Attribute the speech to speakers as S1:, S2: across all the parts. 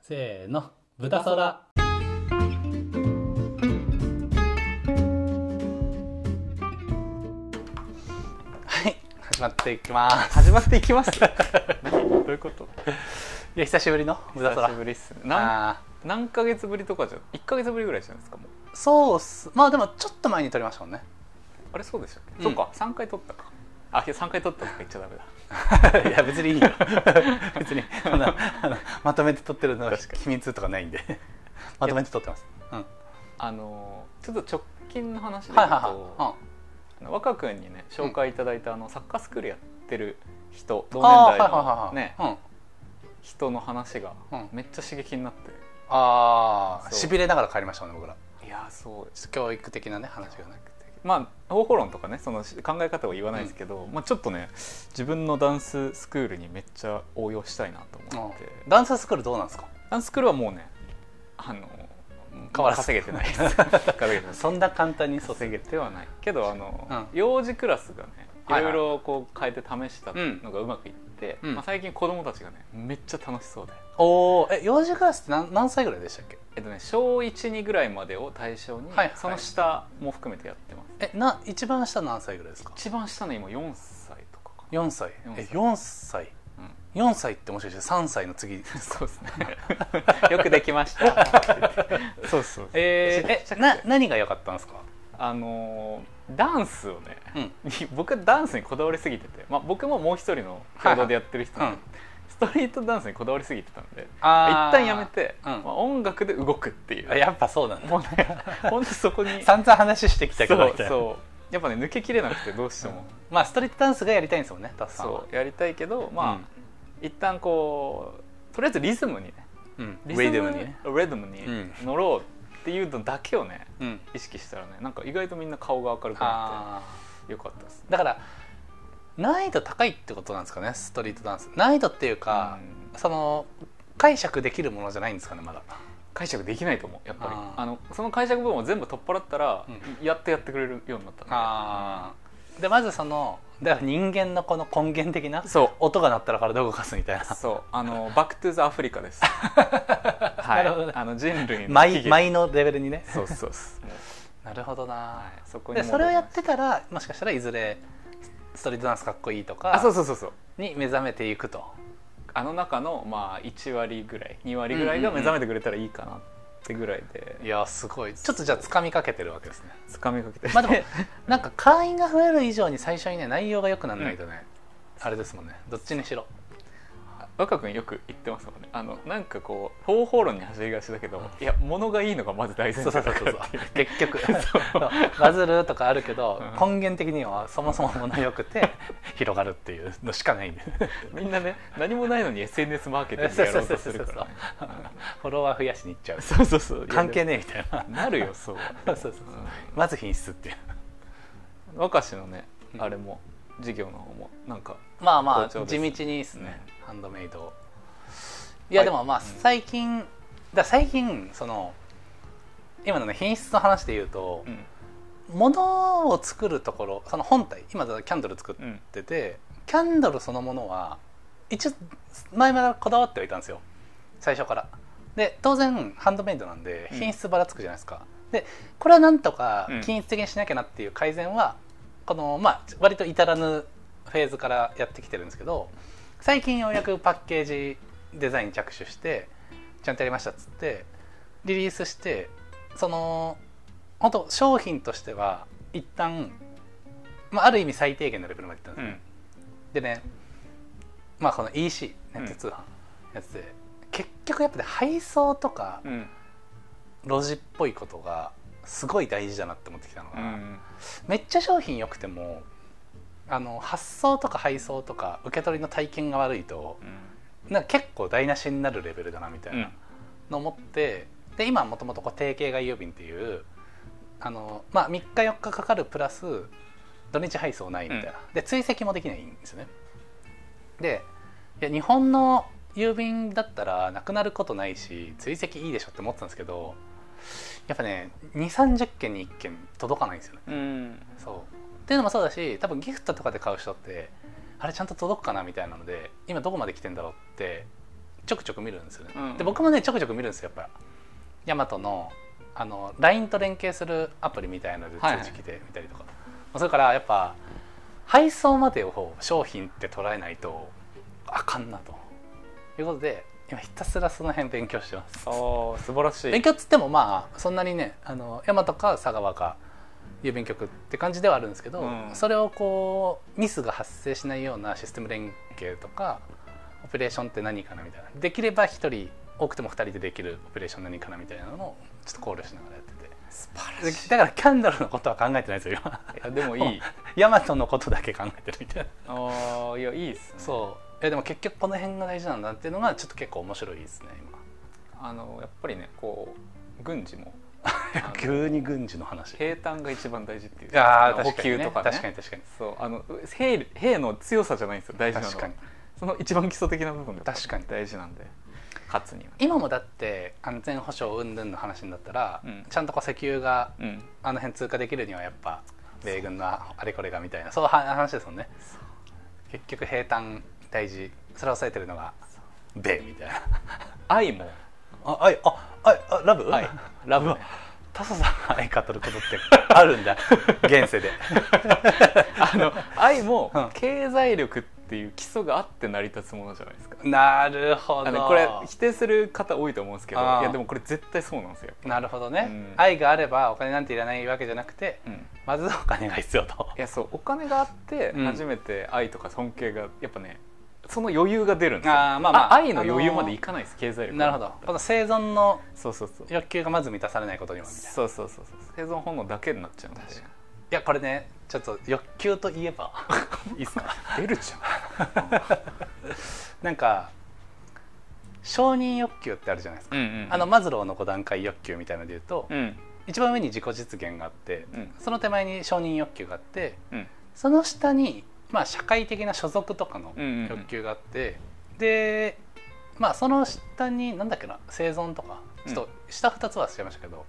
S1: せーの豚そらはい始まっていきます
S2: 始まっていき ます何どういうこと
S1: いや久しぶりの豚そ
S2: 久
S1: ら
S2: しぶりっすね何
S1: あ
S2: 何ヶ月ぶりとかじゃ1ヶ月ぶりぐらいじゃないですかもう
S1: ーそうっすまあでもちょっと前に撮りましたもんね
S2: あれそうでしたっけ、
S1: うん
S2: そっか3回撮ったかあいや3回撮ったとか言っちゃダメ だ
S1: いや別にいいよ 別にそんなあのまとめて撮ってるのは
S2: 確かに
S1: 秘密とかないんでまとめて撮ってます、うん、はい
S2: あのーちょっと直近の話で
S1: は
S2: 言う
S1: い
S2: と、
S1: は
S2: あの若君にね紹介いただいたあのサッカースクールやってる人
S1: い、う
S2: 同
S1: ん、
S2: 年代
S1: あーはいはいは
S2: の
S1: い
S2: ね
S1: はいうん
S2: 人の話が
S1: うん
S2: めっちゃ刺激になって
S1: ああ
S2: そう
S1: しびれながら帰りましたね僕ら
S2: いやーそう
S1: ちょっと教育的なね話がなくて
S2: まあ方法論とかねその考え方は言わないですけど、まあ、ちょっとね自分のダンススクールにめっちゃ応用したいなと思って、
S1: ダンススクールどうなんですか
S2: ダンススクールはもうねあの
S1: 変わらず
S2: 稼げてないです稼げ てない
S1: そんな簡単に卒業
S2: ではないけどあの、
S1: うん
S2: 幼児クラスがねい
S1: はいは
S2: ろ
S1: い
S2: いろこう変えて試したのがうまくいって、
S1: うん
S2: まあ、最近子供たちがねめっちゃ楽しそうで、
S1: おーえ幼児クラスって何何歳ぐらいでしたっけ
S2: えっとね、小12ぐらいまでを対象に、
S1: はいはい
S2: その下も含めてやってます
S1: えな一番下何歳ぐらいですか
S2: 一番下の今4歳とかかな、
S1: 4歳
S2: 4歳
S1: え4歳
S2: うん
S1: 4歳ってもしかして3歳の次
S2: そうですね。よくできました。そうそう。
S1: えーえな何が良かったんですか
S2: あのーダンスをね、
S1: うん
S2: に僕はダンスにこだわりすぎてて、まあ僕ももう一人の共同でやってる人
S1: う
S2: なんんで、ストリートダンスにこだわりすぎてたんで、
S1: あー
S2: 一旦やめて、
S1: うん
S2: まあ、音楽で動くっていう。
S1: あやっぱそうなんだ
S2: もうね、 本当そこに。
S1: 散々話してきたけど
S2: そう
S1: みたいな
S2: そう。やっぱね抜けきれなくてどうしても、
S1: まあストリートダンスがやりたいんですもんねタスさんは
S2: そうやりたいけど、まあ、一旦こうとりあえずリズムにね。
S1: うん
S2: リズム
S1: リズムにね
S2: リズムに
S1: うん
S2: 乗ろうっていうのだけをね、
S1: うん
S2: 意識したらねなんか意外とみんな顔が明るくな
S1: ああ
S2: ってよかったです
S1: だから難易度高いってことなんですかねストリートダンス難易度っていうか、その解釈できるものじゃないんですかねまだ
S2: 解釈できないと思うやっぱり
S1: あ
S2: あ
S1: ー
S2: のその解釈部分を全部取っ払ったら、
S1: う
S2: やっとやってくれるようになったんで
S1: あでまずそのだから人間のこの根源的な
S2: そう
S1: 音が鳴ったら体動かすみたい な
S2: そうあのバック・トゥ・ザ・アフリ カです、は
S1: な
S2: い、
S1: るほど
S2: あの人類の
S1: マ
S2: 起
S1: イ
S2: 源
S1: マイのレベルにね
S2: そうそうそ うもう
S1: なるほどな、
S2: はい、そこに
S1: でそれをやっててたらもしかしたらいずれストリートダンスかっこいいと
S2: あそう
S1: か
S2: そうそうそう
S1: に目覚めていくと
S2: あの中のまあ1割ぐらい2割ぐらいが目覚めてくれたらいいかなってぐらいで
S1: いやすごいちょっとじゃあ掴みかけてるわけですね
S2: つかみかけて
S1: まあでもなんか会員が増える以上に最初にね内容が良くならないとね、あれですもんねどっちにしろ
S2: 若君よく言ってますもんねあのなんかこう方法論に走りがちだけど、いや物がいいのがまず大前
S1: そう
S2: 提
S1: そう
S2: だ
S1: そ
S2: か
S1: う
S2: ら
S1: そう結局
S2: そう
S1: そうバズるとかあるけど、
S2: う
S1: 根源的にはそもそももの良くて 広がるっていうのしか ないんで
S2: みんなね何もないのに SNS マーケティングやろうとするから、ね、
S1: フォロワー増やしに行っちゃう
S2: そうそうそう
S1: 関係ねえ
S2: ね
S1: みたいな
S2: なるよそう
S1: そうそうそうまず品質っていう
S2: うん若氏のね
S1: うん
S2: あれも授業の方もなんか
S1: まあまあ
S2: 好
S1: 地
S2: 調
S1: 道
S2: です
S1: に
S2: ね
S1: いいですね、ハンドメイドをいや
S2: はい
S1: でもまあ最近、だから最近その今のね品質の話で言うと、
S2: うん
S1: 物を作るところその本体今だからキャンドル作ってて、キャンドルそのものは一応前々からこだわってはいたんですよ最初からで当然ハンドメイドなんで
S2: うん
S1: 品質ばらつくじゃないですか、でこれはなんとか
S2: うん
S1: 均一的にしなきゃなっていう改善は、このまあ割と至らぬフェーズからやってきてるんですけど最近ようやくパッケージデザイン着手してちゃんとやりましたっつってリリースしてその本当商品としては一旦、まあ、ある意味最低限のレベルまでいったんです
S2: う
S1: よ、
S2: ん
S1: でねまあこの EC ネッ
S2: う
S1: ト
S2: ん
S1: 通販やつで、結局やっぱね配送とか
S2: うん
S1: 路地っぽいことがすごい大事だなって思ってきたの
S2: う
S1: が、
S2: ん
S1: めっちゃ商品良くてもあの発送とか配送とか受け取りの体験が悪いとなんか結構台無しになるレベルだなみたいな、のを持ってで今もともと定型外郵便っていうあの、まあ、3日4日かかるプラス土日配送ないみたいな、で追跡もできないんですよねでいや日本の郵便だったらなくなることないし追跡いいでしょって思ってたんですけどやっぱね2 3 0件に1件届かないんですよね
S2: うん
S1: そうっていうのもそうだし多分ギフトとかで買う人ってあれちゃんと届くかなみたいなので今どこまで来てんだろうってちょくちょく見るんですよね、
S2: うん
S1: で僕もねちょくちょく見るんですよやっぱヤマトのあの LINE と連携するアプリみたいなので
S2: はいはい
S1: 通知来てみたりとか、まあそれからやっぱ配送までを商品って捉えないとあかんなということで今ひたすらその辺勉強してます
S2: あー素晴らしい
S1: 勉強っつってもまあそんなにねあの大和か佐川か郵便局って感じではあるんですけど、
S2: うん
S1: それをこうミスが発生しないようなシステム連携とかオペレーションって何かなみたいなできれば1人多くても2人でできるオペレーション何かなみたいなのをちょっと考慮しながらやってて
S2: 素晴
S1: でだからキャンドルのことは考えてないですよ今
S2: いやでもいい
S1: ヤマトのことだけ考えてるみたいな
S2: あーいやいいっすね
S1: そうえでも結局この辺が大事なんだっていうのがちょっと結構面白いですね
S2: あのやっぱりねこう軍 事も
S1: 今急に軍事の話
S2: 平坦が一番大事っていう
S1: あー
S2: 補
S1: 確かに
S2: 給
S1: ね
S2: とかね
S1: 確かに確かに
S2: そうあの兵兵の強さじゃないんですよ大事なのは
S1: 確かに
S2: その一番基礎的な部分が
S1: 確かに
S2: 大事なんで勝つには
S1: 今もだって安全保障云々の話になったら、
S2: うん
S1: ちゃんとこう石油が
S2: うん
S1: あの辺通過できるにはやっぱ米軍のあれこれがみたいなそういう話ですもんね結局兵坦大事それを抑えてるのが米みたいな
S2: 愛も
S1: あ愛あ愛あラブ
S2: 愛ラブね
S1: タサさんが愛語ることってあるんだ現世で
S2: あの愛も
S1: うん
S2: 経済力っていう基礎があって成り立つものじゃないですか
S1: なるほ
S2: あ
S1: ど
S2: のこれ否定する方多いと思うんですけどい
S1: あー
S2: やでもこれ絶対そうなんですよ、
S1: なるほどね、
S2: うん
S1: 愛があればお金なんていらないわけじゃなくて
S2: うん
S1: まずお金が必要と
S2: いやそうお金があって
S1: うん
S2: 初めて愛とか尊敬がやっぱねその余裕が出るんですよ
S1: あーまあまあ
S2: 愛の余裕までいかないです経済力
S1: なるほどこの生存の
S2: そうそうそう
S1: 欲求がまず満たされないことにはみたいない
S2: そうそうそうそう生存本能だけになっちゃうんで
S1: 確かやこれねちょっと欲求といえ ばいいっすか
S2: 出るじゃん
S1: なんか承認欲求ってあるじゃないですか、
S2: うんうんうん
S1: あのマズローの5段階欲求みたいので言うと、
S2: うん
S1: 一番上に自己実現があって、
S2: うん
S1: その手前に承認欲求があって
S2: うん
S1: その下に、まあ、社会的な所属とかの
S2: うんうんうん
S1: 欲求があって、でまあその下になんだっけな生存とかちょっと下2つは忘れましたけど、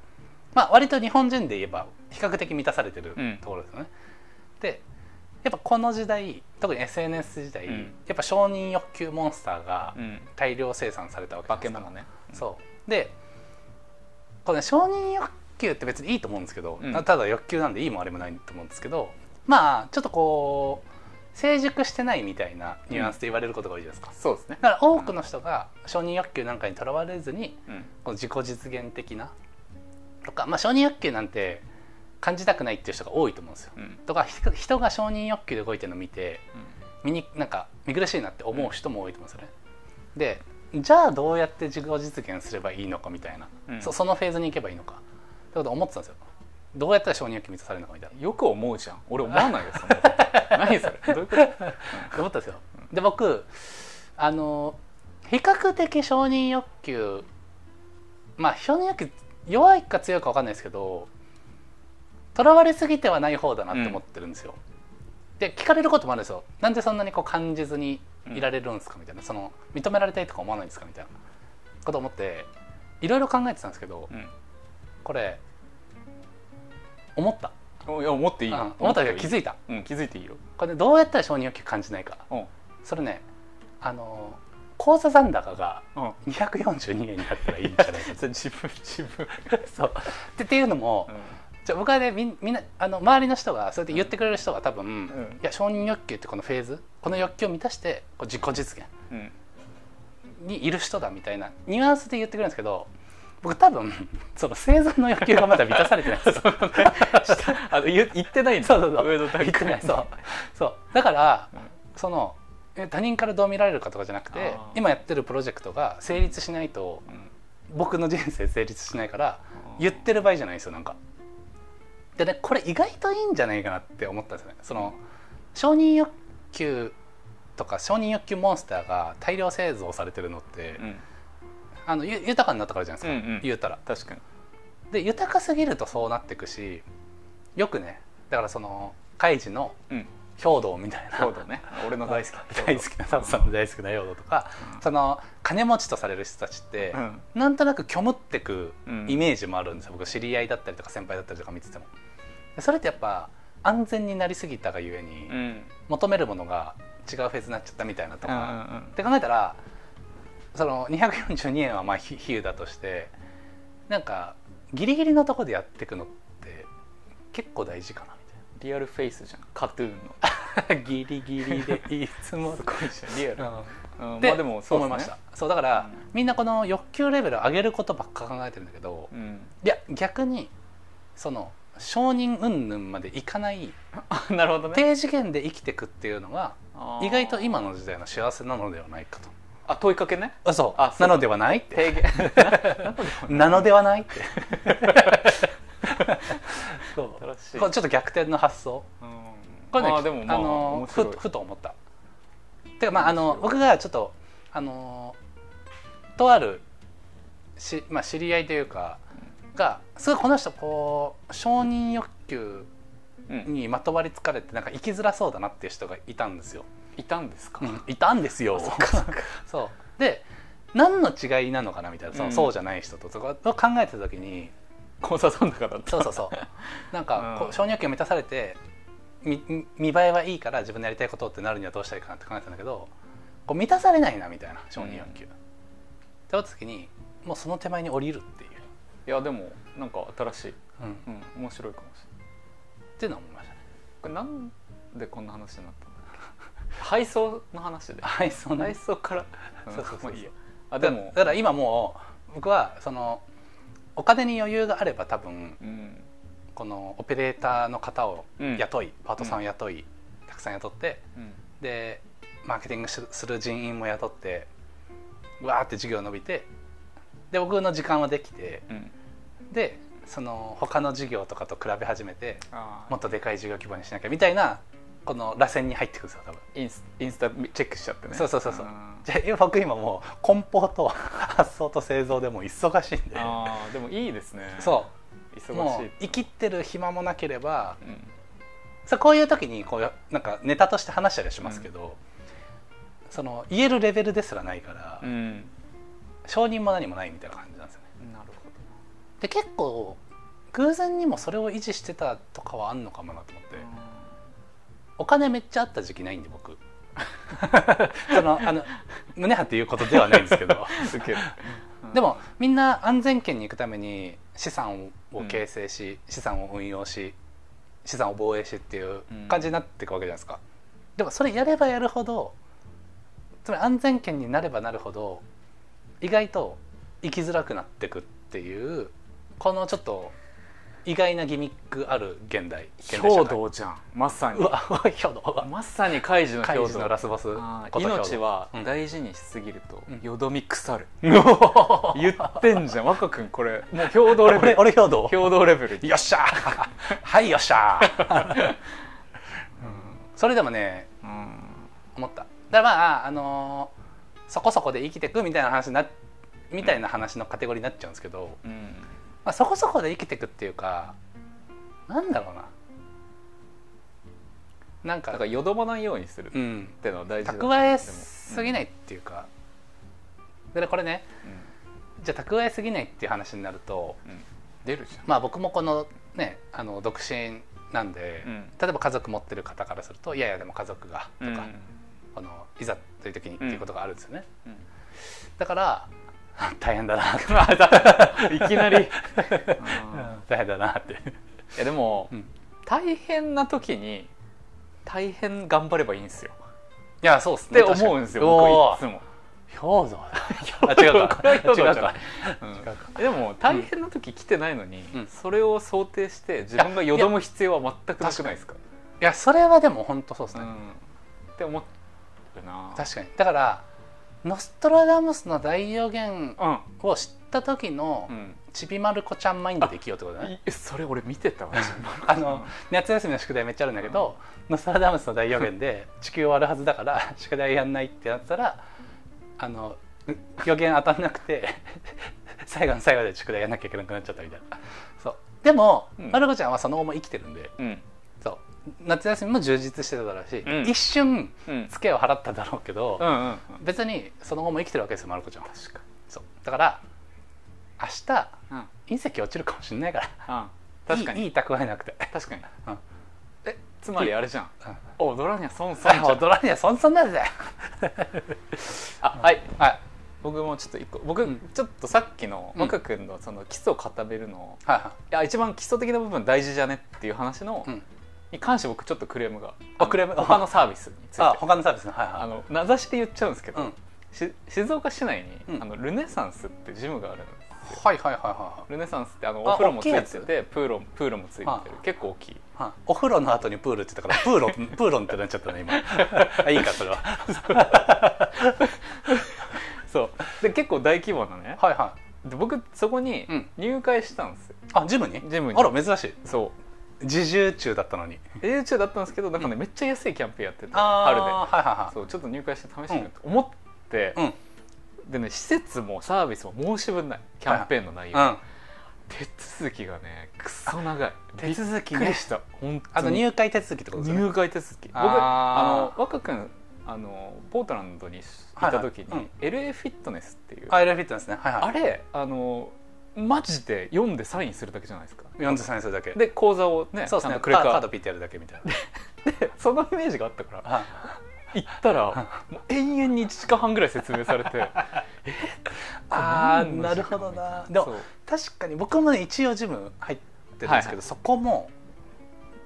S1: まあ割と日本人で言えば比較的満たされてる
S2: うん
S1: ところですよね。でやっぱこの時代特に SNS 時代、
S2: うん
S1: やっぱ承認欲求モンスターが
S2: うん
S1: 大量生産されたわけじゃ
S2: 化
S1: ない
S2: け
S1: ですか
S2: 物ね
S1: そうでこれ、ね、承認欲求って別にいいと思うんですけど、
S2: うん
S1: ただ欲求なんでいいもあれもないと思うんですけどまあちょっとこう成熟してないみたいなニュアンスで言われることが多いじゃないですか、
S2: そうですね
S1: だから多くの人が承認欲求なんかにとらわれずに
S2: うん
S1: この自己実現的なとか、まあ、承認欲求なんて感じたくないっていう人が多いと思うんですよ。
S2: うん
S1: とかひ人が承認欲求で動いてるのを見て見になんか見苦しいなって思う人も多いと思うんですよね。でじゃあどうやって自己実現すればいいのかみたいな、
S2: うん
S1: そそのフェーズに行けばいいのかってことを思ってたんですよ。どうやったら承認欲求満たされるのかみたいな
S2: よく思うじゃん俺思わないよそんなこと 何それどういうこと
S1: 思ったんですよ。で僕あの比較的承認欲求まあ承認欲求弱いか強いか分かんないですけどとらわれすぎてはない方だなって思ってるんですよ。で聞かれることもあるんですよ。なんでそんなにこう感じずにいられるんですかみたいな、その認められたいとか思わないんですかみたいなことを思っていろいろ考えてたんですけど
S2: うん
S1: これ思った、
S2: おいや思っていい
S1: うん
S2: よ
S1: 思ったというか気づいた
S2: うん気づいていいよ
S1: これねどうやったら承認欲求感じないか
S2: うん
S1: それねあの口座残高が
S2: うん
S1: 242円になったらいいんじゃないか
S2: それ自分自分
S1: そうでっていうのも、じゃあ僕はねみんみんなあの周りの人がそうやって言ってくれる人が多分、
S2: ん
S1: いや承認欲求ってこのフェーズこの欲求を満たしてこう自己実現
S2: うんうん
S1: にいる人だみたいなニュアンスで言ってくれるんですけど僕多分 その生存の欲求がまだ満たされてないん ですよ
S2: あの言言ってないんだ
S1: そうそうそう
S2: 上の段階
S1: 言ってないそうそうだから、
S2: うん
S1: そのえ他人からどう見られるかとかじゃなくて
S2: あー
S1: 今やってるプロジェクトが成立しないと
S2: うん
S1: 僕の人生成立しないから
S2: あー
S1: 言ってる場合じゃないんですよなんかでねこれ意外といいんじゃないかなって思ったんですよねその承認欲求とか承認欲求モンスターが大量製造されてるのって、
S2: うん
S1: あのゆ豊かになったからじゃないですか、
S2: うんうん
S1: 言うたら
S2: 確かに
S1: で豊かすぎるとそうなってくしよくねだからそのカイジの
S2: うん
S1: 兵道みたいな
S2: そうだね俺の大好き
S1: 大好きなサブさんの大好きな用語とか、その金持ちとされる人たちって、
S2: うん
S1: なんとなく虚無ってく
S2: うん
S1: イメージもあるんですよ、僕知り合いだったりとか先輩だったりとか見ててもでそれってやっぱ安全になりすぎたがゆえに、
S2: うん
S1: 求めるものが違うフェーズになっちゃったみたいなと
S2: うんう
S1: か、
S2: ん
S1: って考えたらその242円はまあ比比喩だとしてなんかギリギリのとこでやっていくのって結構大事かな
S2: リアルフェイスじゃんカトゥーンの
S1: みたいな ギリギリでいつも、
S2: すごいじゃんリア
S1: うん、
S2: ル、うん
S1: で
S2: まあでもそう
S1: 思
S2: で
S1: い
S2: すね
S1: ましたそうだから、
S2: うん
S1: みんなこの欲求レベルを上げることばっか考えてるんだけど、
S2: うん
S1: いや逆にその承認云々までいか ない
S2: あなるほどね
S1: 低次元で生きていくっていうのが
S2: あー
S1: 意外と今の時代の幸せなのではないかと
S2: あ問いかけね
S1: あそう
S2: あそう
S1: なのではないって
S2: 提 言
S1: なのではないってそう
S2: 新し い
S1: これちょっと逆転の発想
S2: うん
S1: これね
S2: あーでもまあ
S1: あの
S2: 面白い
S1: ふふと思ったてかまああの
S2: 面白い
S1: 僕がちょっとあのとあるし、まあ、知り合いというかがすごいこの人こう承認欲求
S2: うん
S1: にまとわりつかれてなんか生きづらそうだなっていう人がいたんですよ、
S2: いたんですか
S1: いたんですよ
S2: そうか
S1: そうで何の違いなのかなみたいなそう,、
S2: うん
S1: そうじゃない人とそこを考えてた時に
S2: 考察の中だった
S1: そうそう そうなんかこ
S2: うん
S1: う承認欲求満たされてみみ見栄えはいいから自分のやりたいことってなるにはどうしたらいいかなって考えてたんだけどこう満たされないなみたいな承認欲求、って思った時にもうその手前に降りるっていう、
S2: いやでもなんか新しい、
S1: うんっ
S2: うん、面白いかもしれない
S1: ていうのは思いましたね
S2: これなんでこんな話になったんだっ け配送の話で
S1: はいそうね
S2: 配送から
S1: そうそうそう
S2: まあいいやあ
S1: だ
S2: で
S1: だ
S2: も
S1: から今もう僕はそのお金に余裕があれば多分
S2: うん
S1: このオペレーターの方を
S2: うん
S1: 雇い、パートさんを雇い、たくさん雇って
S2: うん
S1: でマーケティングしする人員も雇ってわーって事業伸びてで僕の時間はできて
S2: うん
S1: でその他の事業とかと比べ始めて
S2: あ
S1: もっとでかい事業規模にしなきゃみたいなこの螺旋に入ってくるんですよ多分。
S2: インスインスタチェックしちゃってね
S1: そうそうそうそう
S2: あー
S1: じゃあ僕今もう梱包と発想と製造でもう忙しいんで
S2: あーでもいいですね
S1: そうう
S2: 忙
S1: も
S2: しいう
S1: 生きってる暇もなければ
S2: うん
S1: そうこういう時にこうなんかネタとして話したりはしますけど、その言えるレベルですらないから、
S2: うん
S1: 承認も何もないみたいな感じなんですよね
S2: なるほ
S1: で結構偶然にもそれを維持してたとかはあんのかもなと思って
S2: ど
S1: お金めっちゃあった時期ないんで僕 そのあの胸張って言うことではないんですけど
S2: ウケる
S1: でもみんな安全圏に行くために資産を形成し、資産を運用し資産を防衛しっていう感じになっていくわけじゃないですか、でもそれやればやるほどつまり安全圏になればなるほど意外と生きづらくなっていくっていうこのちょっと意外なギミックある現代現代
S2: 兵
S1: 会
S2: 道じゃんまさ
S1: う
S2: に
S1: わうわ兵道
S2: まさにカイジの
S1: カ
S2: 兵
S1: イジのラ
S2: 道
S1: スボス
S2: あ
S1: こ
S2: ー
S1: と兵道
S2: 命は
S1: うん
S2: 大事にしすぎると
S1: うん
S2: よどみ腐る
S1: お
S2: 言ってんじゃん若君これ もう兵道レ
S1: 俺
S2: ベル
S1: 俺兵道
S2: 兵道レベル
S1: よっしゃー はいよっしゃ ー、それでもね
S2: うん
S1: 思っただからまあ、あのーそこそこで生きてくみたいな話になみたいな話のカテゴリーになっちゃうんですけど、
S2: うん
S1: まあ、そこそこで生きてくっていうかなんだろうななんか
S2: だからよどまないようにするっ
S1: うん
S2: てのは大事だ
S1: 蓄えすぎないっていうか、だからこれね
S2: うん
S1: じゃあ蓄えすぎないっていう話になると
S2: うんうん出るじ
S1: まあ僕もこのねあの独身なんで、
S2: ゃんうん
S1: 例えば家族持ってる方からするといやいやでも家族がと
S2: と
S1: か
S2: か、
S1: このいざという時にっていうことがあるんですよね、
S2: うん
S1: だから 大変だ なって
S2: いき なり い
S1: 大変だなって
S2: やでも、
S1: うん
S2: 大変な時に大変頑張ればいいんですよ
S1: いやそうっす
S2: って
S1: ね
S2: 思うんですよ
S1: お
S2: 僕いつも
S1: 氷像だ
S2: あ 違うか
S1: これは
S2: 違う
S1: 兵道じゃな
S2: か
S1: い、
S2: うんでも大変な時来てないのに、
S1: うん
S2: それを想定して自分がよどむ必要は全くなくないですか
S1: いやそれはでも本当そうです
S2: う
S1: ね、
S2: ん、って思うな
S1: 確かにだからノストラダムスの大予言
S2: か
S1: を知った時の
S2: うん、うん
S1: ちびまる子ちゃんマインドで生きようってことだね
S2: いそれ俺見てたわ自分
S1: あの夏休みの宿題めっちゃあるんだけど、ノストラダムスの大予言で地球終わるはずだから宿題やんないってなったらあのう予言当たんなくて 最後の最後で宿題やんなきゃいけなくなっちゃったみたいなそうでも、
S2: うん
S1: まる子ちゃんはその後も生きてるんで
S2: うん
S1: そう夏休みも充実してただろうし、
S2: うん
S1: 一瞬
S2: うん
S1: ツケを払っただろうけど、
S2: うんうんうん
S1: 別にその後も生きてるわけですよまる子ちゃんは
S2: 確か
S1: そうだから明日
S2: に、うん
S1: 隕石落ちるかもしれないから
S2: うん、確かに
S1: いいいい蓄えなくて
S2: 確かに、
S1: うん
S2: えつまりあれじゃん
S1: うん
S2: 「踊らにゃ損損じゃん
S1: 踊らねえそんそんなんだよ
S2: あはい
S1: はい
S2: 僕もちょっと一個僕、
S1: うん
S2: ちょっとさっきの
S1: うん
S2: 若君のその基礎を固めるの、
S1: はいはい
S2: や一番基礎的な部分大事じゃねっていう話の、
S1: うん
S2: に関して僕ちょっとクレームが
S1: あ
S2: の
S1: クレーム
S2: 他のサービスについ
S1: い、あ
S2: て
S1: 他のサービスのはいはい
S2: あの名指しで言っちゃうんですけど、
S1: うん
S2: し静岡市内に、
S1: うん
S2: あのルネサンスってジムがあるんです
S1: はいはいはいは
S2: ルネサンスってあの
S1: あ
S2: お風呂も
S1: 大
S2: つ
S1: きいや
S2: い
S1: つ
S2: ててプールもプールもついてる
S1: は
S2: 結構大きい
S1: いはいお風呂の後にプールって言ったから プーロンプーロンってなっちゃったね 今あいいかそれは
S2: そうで結構大規模なね
S1: はいはい
S2: で僕そこに
S1: うん
S2: 入会したんですよ、
S1: あジムに
S2: ジムに
S1: あら珍しい
S2: そう
S1: 自重中だったのに
S2: 永住中だったんですけどなんかね、めっちゃ安いキャンペーンやってて
S1: 春
S2: 春
S1: で
S2: で
S1: はいはいは
S2: そうちょっと入会して試してみようと思って、
S1: うん
S2: でね施設もサービスも申し分ないキャンペーンの内容、
S1: いうん
S2: 手続きがねくそ長い
S1: 手続き
S2: びっくり
S1: ね
S2: した本当
S1: あと
S2: に
S1: 入会手続きってことですよね
S2: 入会手続き僕
S1: あ
S2: あの若君あのポートランドにい
S1: はい
S2: た
S1: はい
S2: 時に、
S1: うん
S2: LA フィットネスっていう、
S1: アイルフィットネスねはいはい
S2: あれあのマジで読んでサインするだけじゃないですか
S1: 43歳だけ
S2: で口座をね
S1: そうです
S2: ちゃん
S1: ね
S2: とクレカ
S1: カードピッてやるだけみたいな
S2: でそのイメージがあったから
S1: はい
S2: 行ったらもう延々に1時間半ぐらい説明されて
S1: あーなるほどなで
S2: でも
S1: も確かに僕もね一応ジム入ってるんですけど、
S2: はいはい
S1: そこも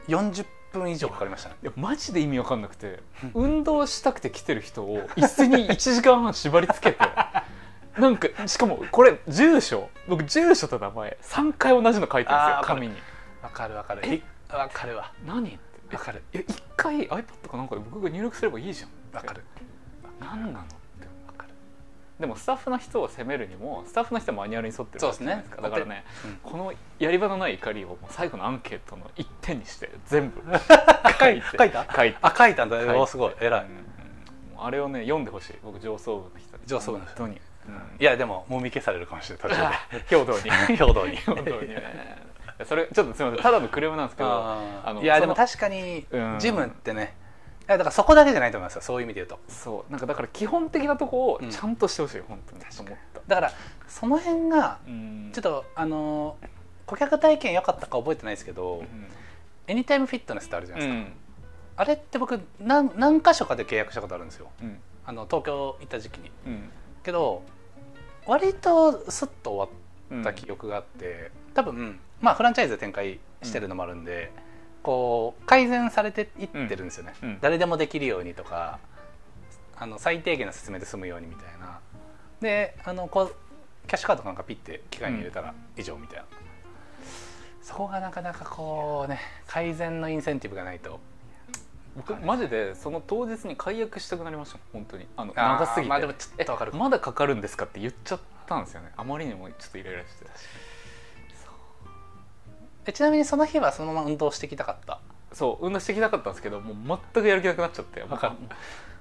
S1: 40分以上かかりましたね
S2: いやマジで意味わかんなくて運動したくて来てる人を椅子に1時間半縛りつけて なんかしかもこれ住所僕住所と名前3回同じの書いてるんです
S1: あー
S2: よ紙に
S1: わかるわかる
S2: え
S1: わかるわ
S2: 何って
S1: わかる
S2: え1回 iPad かなんかで僕が入力すればいいじゃん
S1: わかる
S2: 何なのってわかるでもスタッフの人を責めるにもスタッフの人はマニュアルに沿ってるわけじゃないですか
S1: そう
S2: だ
S1: ですね
S2: からね、
S1: うん
S2: このやり場のない怒りをもう最後のアンケートの一点にして全 部書いて
S1: 書いた
S2: 書いて
S1: あ書いたんだ
S2: 書いて
S1: おーすごい偉い、
S2: うんもうあれをね読んでほしい僕上層部の人に
S1: 上層部の
S2: 本
S1: 人
S2: 当に、うん
S1: いやでももみ消されるかもしれない
S2: 兵道に
S1: 確かに平等に
S2: 兵道 にねそれちょっとすみませんただのクレームなんですけど
S1: あー
S2: あの
S1: いや
S2: そ
S1: で
S2: の
S1: も確かに
S2: うん
S1: ジムってねいやだからそこだけじゃないと思いますよそういう意味で言うと
S2: そうなんかだから基本的なとこ
S1: う
S2: を
S1: ん
S2: ちゃんとしてほしい、本当にと思った
S1: だからその辺が
S2: うん
S1: ちょっとあのー顧客体験良かったか覚えてないですけど、エニタイムフィットネスってあるじゃないですか、
S2: うん
S1: あれって僕何何箇所かで契約したことあるんですよ
S2: うん
S1: あの東京行った時期に
S2: うん
S1: けど割とスッと終わ
S2: うん
S1: った記憶があって、多分まあフランチャイズで展開してるのもあるんで、こう改善されていってるんですよね、
S2: うん
S1: 誰でもできるようにとかあの最低限の説明で済むようにみたいなであのこうキャッシュカードかなんかピッて機械に入れたら以上みたいな、そこがなかなかこうね改善のインセンティブがないと
S2: 僕マジでその当日に解約したくなりましたもん本当にあの
S1: あー
S2: 長すぎて、
S1: まあでもちょっとわかる
S2: えまだかかるんですかって言っちゃったんですよねあまりにもちょっとイライラして
S1: えちなみにその日はそのまま運動してきたかった
S2: そう運動してきたかったんですけどもう全くやる気なくなっちゃって
S1: わかる
S2: もう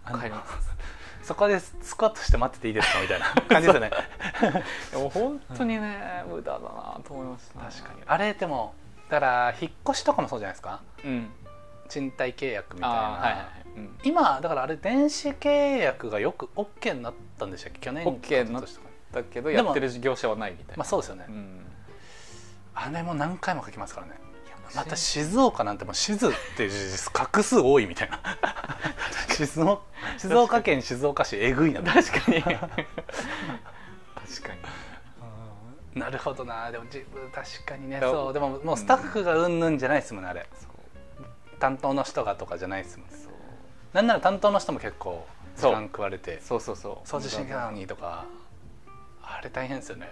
S1: あの
S2: 帰ります
S1: そこでスクワットして待ってていいですかみ たいな感じですよね
S2: いやもう本当にね、無駄だなと思いました、
S1: 確かにあれでもだから引っ越しとかもそうじゃないですか
S2: にうん
S1: 賃貸契約みたいな、
S2: あーはいはいはい、うん、
S1: 今だからあれ電子契約がよく OK になったんでしたっけ去年
S2: OK になっ
S1: 一昨年とか
S2: だけど
S1: で
S2: や
S1: も
S2: ってる業者はないみたい
S1: ま
S2: な、
S1: あそうですよね、
S2: うん、
S1: あれも何回も書きますからねまた
S2: し
S1: 静岡なんてもう静っていう字画数多いみたいな 静岡静岡県静岡市えぐいな
S2: 確かに確かに
S1: なるほどなでも自分確かにね
S2: だ
S1: そうでももうスタッフがうんぬんじゃないですもんねあれ
S2: そう
S1: 担当の人がとかじゃないですもんね
S2: そう
S1: なんなら担当の人も結構時
S2: そう
S1: 間食われて
S2: そうそうそう
S1: 掃除しに来たのにとかあれ大変ですよね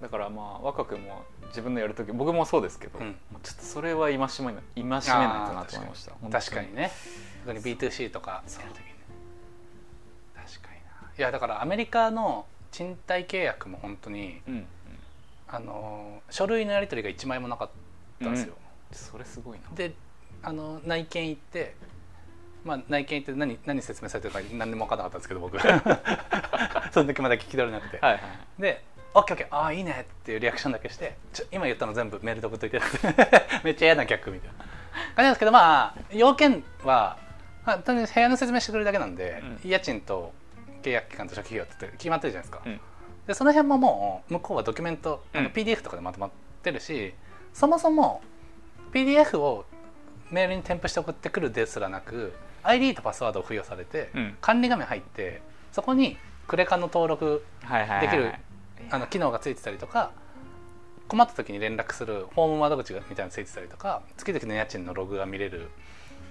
S2: だからまあ若くも自分のやる時僕もそうですけど、
S1: うん
S2: もうちょっとそれは戒めな戒めないとなと思いました
S1: あー確かに
S2: 本
S1: 確かにね特に B2C とかやる時にね確かにないやだからアメリカの賃貸契約も本当に
S2: 当にうん
S1: あのー書類のやり取りが1枚もなかったんですよ、
S2: それすごいな
S1: であの内見行って、まあ、内見行って何何説明されてるか何でも分からなかったんですけど僕 その時まだ聞き取れなくて、
S2: はいはい
S1: で「オッケーオッケーああいいね」っていうリアクションだけして「ちょ今言ったの全部メールで送っ といて」めっちゃ嫌な客みたいな感じなんですけどまあ要件は、まあ、とりあえず部屋の説明してくれるだけなんで、
S2: う
S1: 家賃と契約期間と初期費用って決まってるじゃないですか、
S2: うん
S1: でその辺ももう向こうはドキュメントあ
S2: う
S1: の
S2: ん
S1: PDF とかでまとまってるし、そもそも PDF をメールに添付して送ってくるですらなく ID とパスワードを付与されて、
S2: うん
S1: 管理画面入ってそこにクレカの登録
S2: はいはいはい
S1: できるあの機能がついてたりとか困った時に連絡するホーム窓口がみたいなのついてたりとか月々の家賃のログが見れる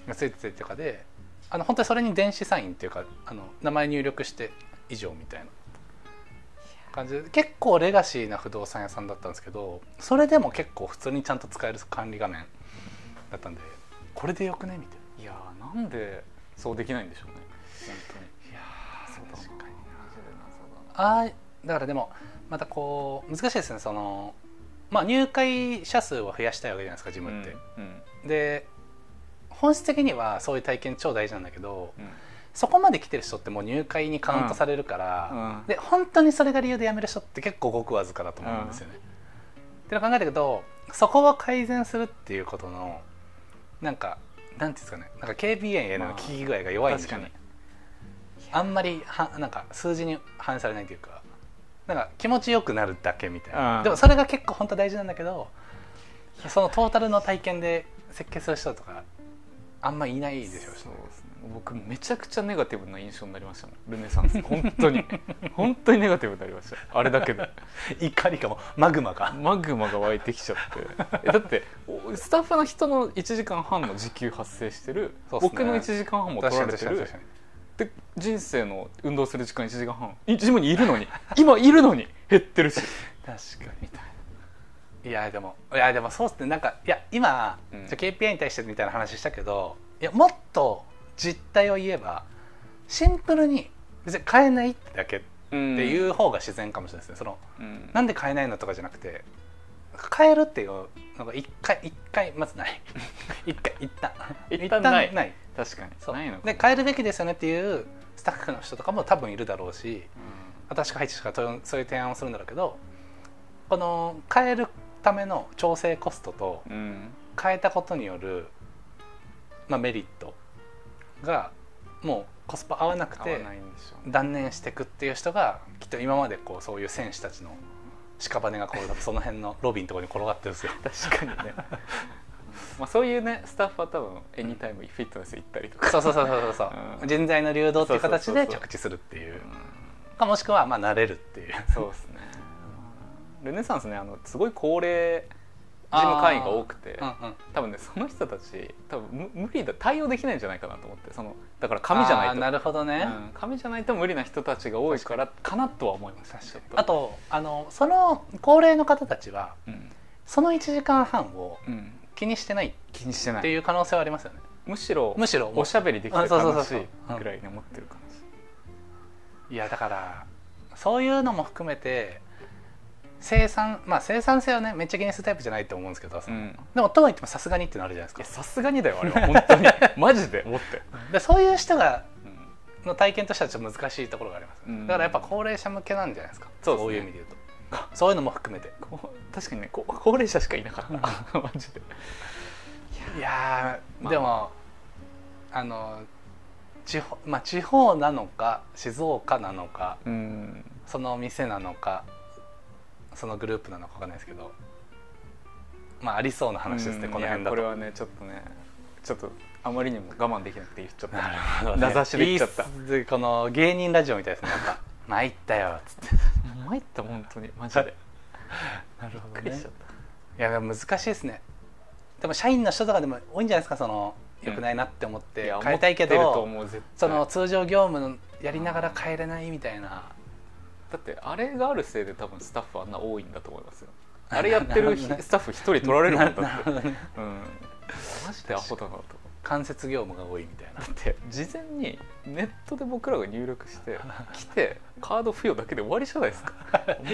S1: がついてたりとかであの本当にそれに電子サインっていうかあの名前入力して以上みたいな感じで結構レガシーな不動産屋さんだったんですけどそれでも結構普通にちゃんと使える管理画面だったんでこれでよくねみたい
S2: いやーなんでそうできないんでしょうね本
S1: ないや
S2: 当に
S1: 確かに
S2: なそう
S1: あーだからでもまたこう難しいですねその、まあ、入会者数を増やしたいわけじゃないですか自
S2: だ
S1: 分
S2: な
S1: って、
S2: うんうん
S1: で本質的にはそういう体験超大事なんだけど
S2: うん
S1: そこまで来てる人ってもう入会にカウントされるから、
S2: うん
S1: で本当にそれが理由で辞める人って結構ごくわずかだと思うんですよね。っていうのを考えたけどそこを改善するっていうことのなんかなんていうんですかねなんか KBA への効き具合が弱いんですよね。あんまりはなんか数字に反映されないというかなんか気持ちよくなるだけみたいな、
S2: うん
S1: でもそれが結構本当は大事なんだけどそのトータルの体験で設計する人とかあんまいないでしょうし
S2: そ
S1: ね
S2: うですね僕めちゃくちゃネガティブな印象になりましたもんルネサ ンス本当に本当にネガティブになりましたあれだけで
S1: 怒りかもマグマか
S2: マグマが湧いてきちゃってえだっておスタッフの人の1時間半の時給発生してる、
S1: そうっすね
S2: 僕の1時間半も取られてるで人生の運動する時間1時間半いジムにいるのに今いるのに減ってるし
S1: 確かにみたいないやでもいやでもそうっすねなんかいや今、
S2: うん
S1: ちょ KPI に対してみたいな話したけどいやもっと実態を言えばシンプルに別に変えないってだけって
S2: ってう
S1: い
S2: ん、
S1: う方が自然かもしれないですね、その
S2: うん
S1: なんで買えないのとかじゃなくて買えるっていうのが一回一回まずない 一回一旦
S2: 一旦ない
S1: ない
S2: 確かに
S1: そう
S2: ないのか
S1: で買えるべきですよねっていうスタッフの人とかも多分いるだろうし私が入ってしかそういう提案をするんだろうけどこの変えるための調整コストと
S2: うん、うん
S1: 変えたことによる、まあ、メリットがもうコスパ合わなく
S2: 合わ
S1: て
S2: ないんでしょうね
S1: 断念していくっていう人がきっと今までこうそういう選手たちの屍がこうその辺のロビーのところに転がってるんですよ
S2: 確かに ねまあそういうねスタッフは多分エニタイムフィットネス行ったりとか
S1: そうそうそうそうそう、
S2: うん
S1: 人材の流動っていう形
S2: そうそう
S1: で
S2: そうそ
S1: 着
S2: う
S1: 地するっていう
S2: うん
S1: かもしくはまあ慣れるっていう
S2: そうですねルネサンスねあのすごい高齢事務会員が多くて
S1: うんうん
S2: 多分ねその人たち多分む無理だ対応できないんじゃないかなと思ってそのだから紙じゃない
S1: あーな
S2: と
S1: るほどね、
S2: うん紙じゃないと無理な人たちが多いからかなとは思います確
S1: あとあのその高齢の方たちは
S2: うん、
S1: その1時間半を
S2: うん、
S1: 気にしてない
S2: 気にして
S1: っ
S2: な
S1: て
S2: い
S1: いう可能性はありますよね
S2: むしろ
S1: むしろもう
S2: おしゃべりできて
S1: あそうそうそう
S2: 楽し
S1: そう
S2: いぐらいに思ってる感じ
S1: いやだからそういうのも含めて生産まあ生産性はねめっちゃ気にするタイプじゃないと思うんですけど、その
S2: うん
S1: でもとはいってもさすがにってなるじゃない
S2: いや
S1: ですか
S2: さすがにだよあれ は本当にマジで思って、
S1: でそういう人が
S2: うん
S1: の体験としてはちょっと難しいところがあります、
S2: うん
S1: だからやっぱ高齢者向けなんじゃないですか
S2: そうですね
S1: いう意味で言うとそういうのも含めて
S2: こう確かにねこ高齢者しかいなかったマジで
S1: いやー、
S2: まあ
S1: でもあの地方まあ地方なのか静岡なのか
S2: うん
S1: その店なのかそのグループなのかわかんないですけどまあありそうな話ですね、
S2: うん
S1: この辺だと
S2: いやこれはねちょっとねちょっとあまりにも我慢できなくて言っちゃった
S1: なるほど、
S2: 名指しで言っちゃった
S1: いいすでこの芸人ラジオみたいですねなんか「参ったよ」っつって
S2: 参った本当にマジ で
S1: なるほ
S2: びっくりしちゃっ、
S1: いやでも難しいですねでも社員の人とかでも多いんじゃないですかその良くないなって思った
S2: い
S1: て
S2: や
S1: 変えたいけ
S2: 思ってると
S1: ど
S2: 思う絶対
S1: その通常業務のやりながら変えれないみたいな
S2: だってあれがあるせいで多分スタッフあんな多いんだと思いますよあれやってるひ
S1: なるほどね
S2: スタッフ一人取られるもんだ
S1: なる
S2: っ
S1: ほ
S2: て、
S1: どね
S2: うん、マジでアホだなと思って
S1: 間接業務が多いみたいな
S2: だって事前にネットで僕らが入力 して来てカード付与だけで終わりじゃないですか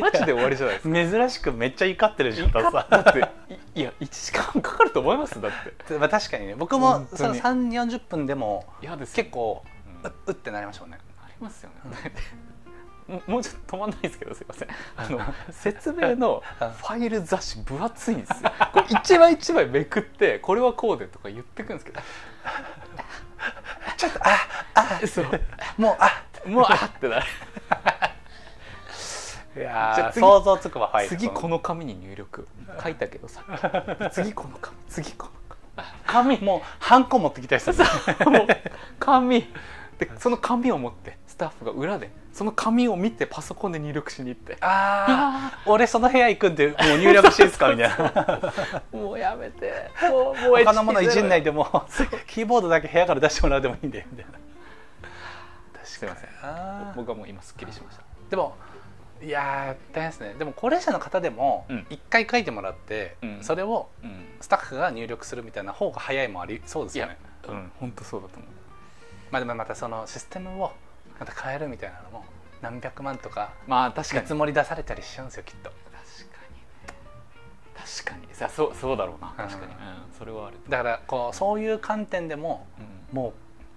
S2: マジで終わりじゃないですか
S1: 珍しくめっちゃ怒ってるじゃん
S2: だ
S1: さ
S2: っていいや1時間かかると思いますだって
S1: まあ確かにね僕
S2: 本
S1: も
S2: 当に
S1: その3 4 0分でも
S2: 嫌ですよ
S1: 結構
S2: うん
S1: ううってなりましたもんね
S2: ありますよね、 ももうちょっと止まんないですけどすいませんあの説明のファイル雑誌分厚いんですよ これ一枚一枚めくってこれはこうでとか言ってくんですけど
S1: ちょっとあ
S2: そう
S1: もうあ
S2: もうあって なる
S1: い
S2: じ
S1: や
S2: ゃあ
S1: ー
S2: 次
S1: 想像つくわファイル
S2: 次この紙に入力書いたけどさ 次この紙次この紙
S1: 紙もうハンコ持ってきたりする
S2: 紙もう紙でその紙を持ってスタッフが裏でその紙を見てパソコンで入力しに行って
S1: あ
S2: あ
S1: あ 俺その部屋行くんでもう入力していいですかみ たいな
S2: ーもうやめてもうもう
S1: 他のものいじんないいでもキーボードだけ部屋から出してもらうでもいいんでみたいな
S2: すいません
S1: あー
S2: 僕はもう今すっきりしました
S1: でもいやー大変ですねでも高齢者の方でも
S2: うん
S1: 一回書いてもらって、
S2: うん
S1: それを
S2: うん
S1: スタッフが入力するみたいな方が早いもありそうですよね
S2: うん本当そうだと思う
S1: まあでもまたそのシステムをまた変えるみたいなのも何百万とか
S2: まあ確か
S1: 見
S2: に
S1: 積もり出されたりしちゃうんですよきっと
S2: 確かに確かにさそうそうだろうな
S1: うん
S2: 確かに、うん、それはある、
S1: だからこうそういう観点でも
S2: う
S1: も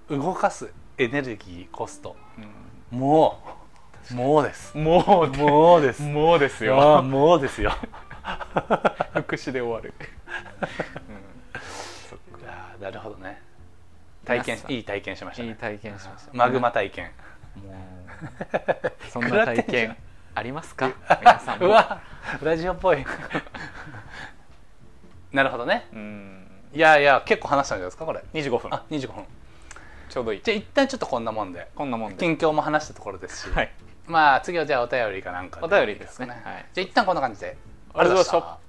S1: う動かすエネルギーコスト
S2: ん
S1: もうもうです
S2: もう
S1: もうです
S2: もうです
S1: あー
S2: よ
S1: もうです よ
S2: 福祉で終わる、
S1: あーなるほどね体験
S2: 皆さん
S1: いい体験しました
S2: い
S1: ね
S2: い体験しました
S1: マグマ体験
S2: もうそん
S1: 食ら
S2: な
S1: ってんじ
S2: 体
S1: ゃん
S2: 験ありますか皆さん
S1: う
S2: も
S1: わラジオっぽいなるほどね
S2: うん
S1: いやいや結構話したんじゃないですかこれ
S2: 25分
S1: あ25分
S2: ちょうどいい
S1: じゃあ一旦ちょっとこんなもんで
S2: こんなもんで
S1: 近況も話したところですし、
S2: はい
S1: まあ次はじゃあお便りかなんか
S2: お便りですね
S1: はい
S2: はい
S1: じゃあ一旦こんな感じで
S2: ありがと
S1: ありがとうご
S2: うございました
S1: ざいました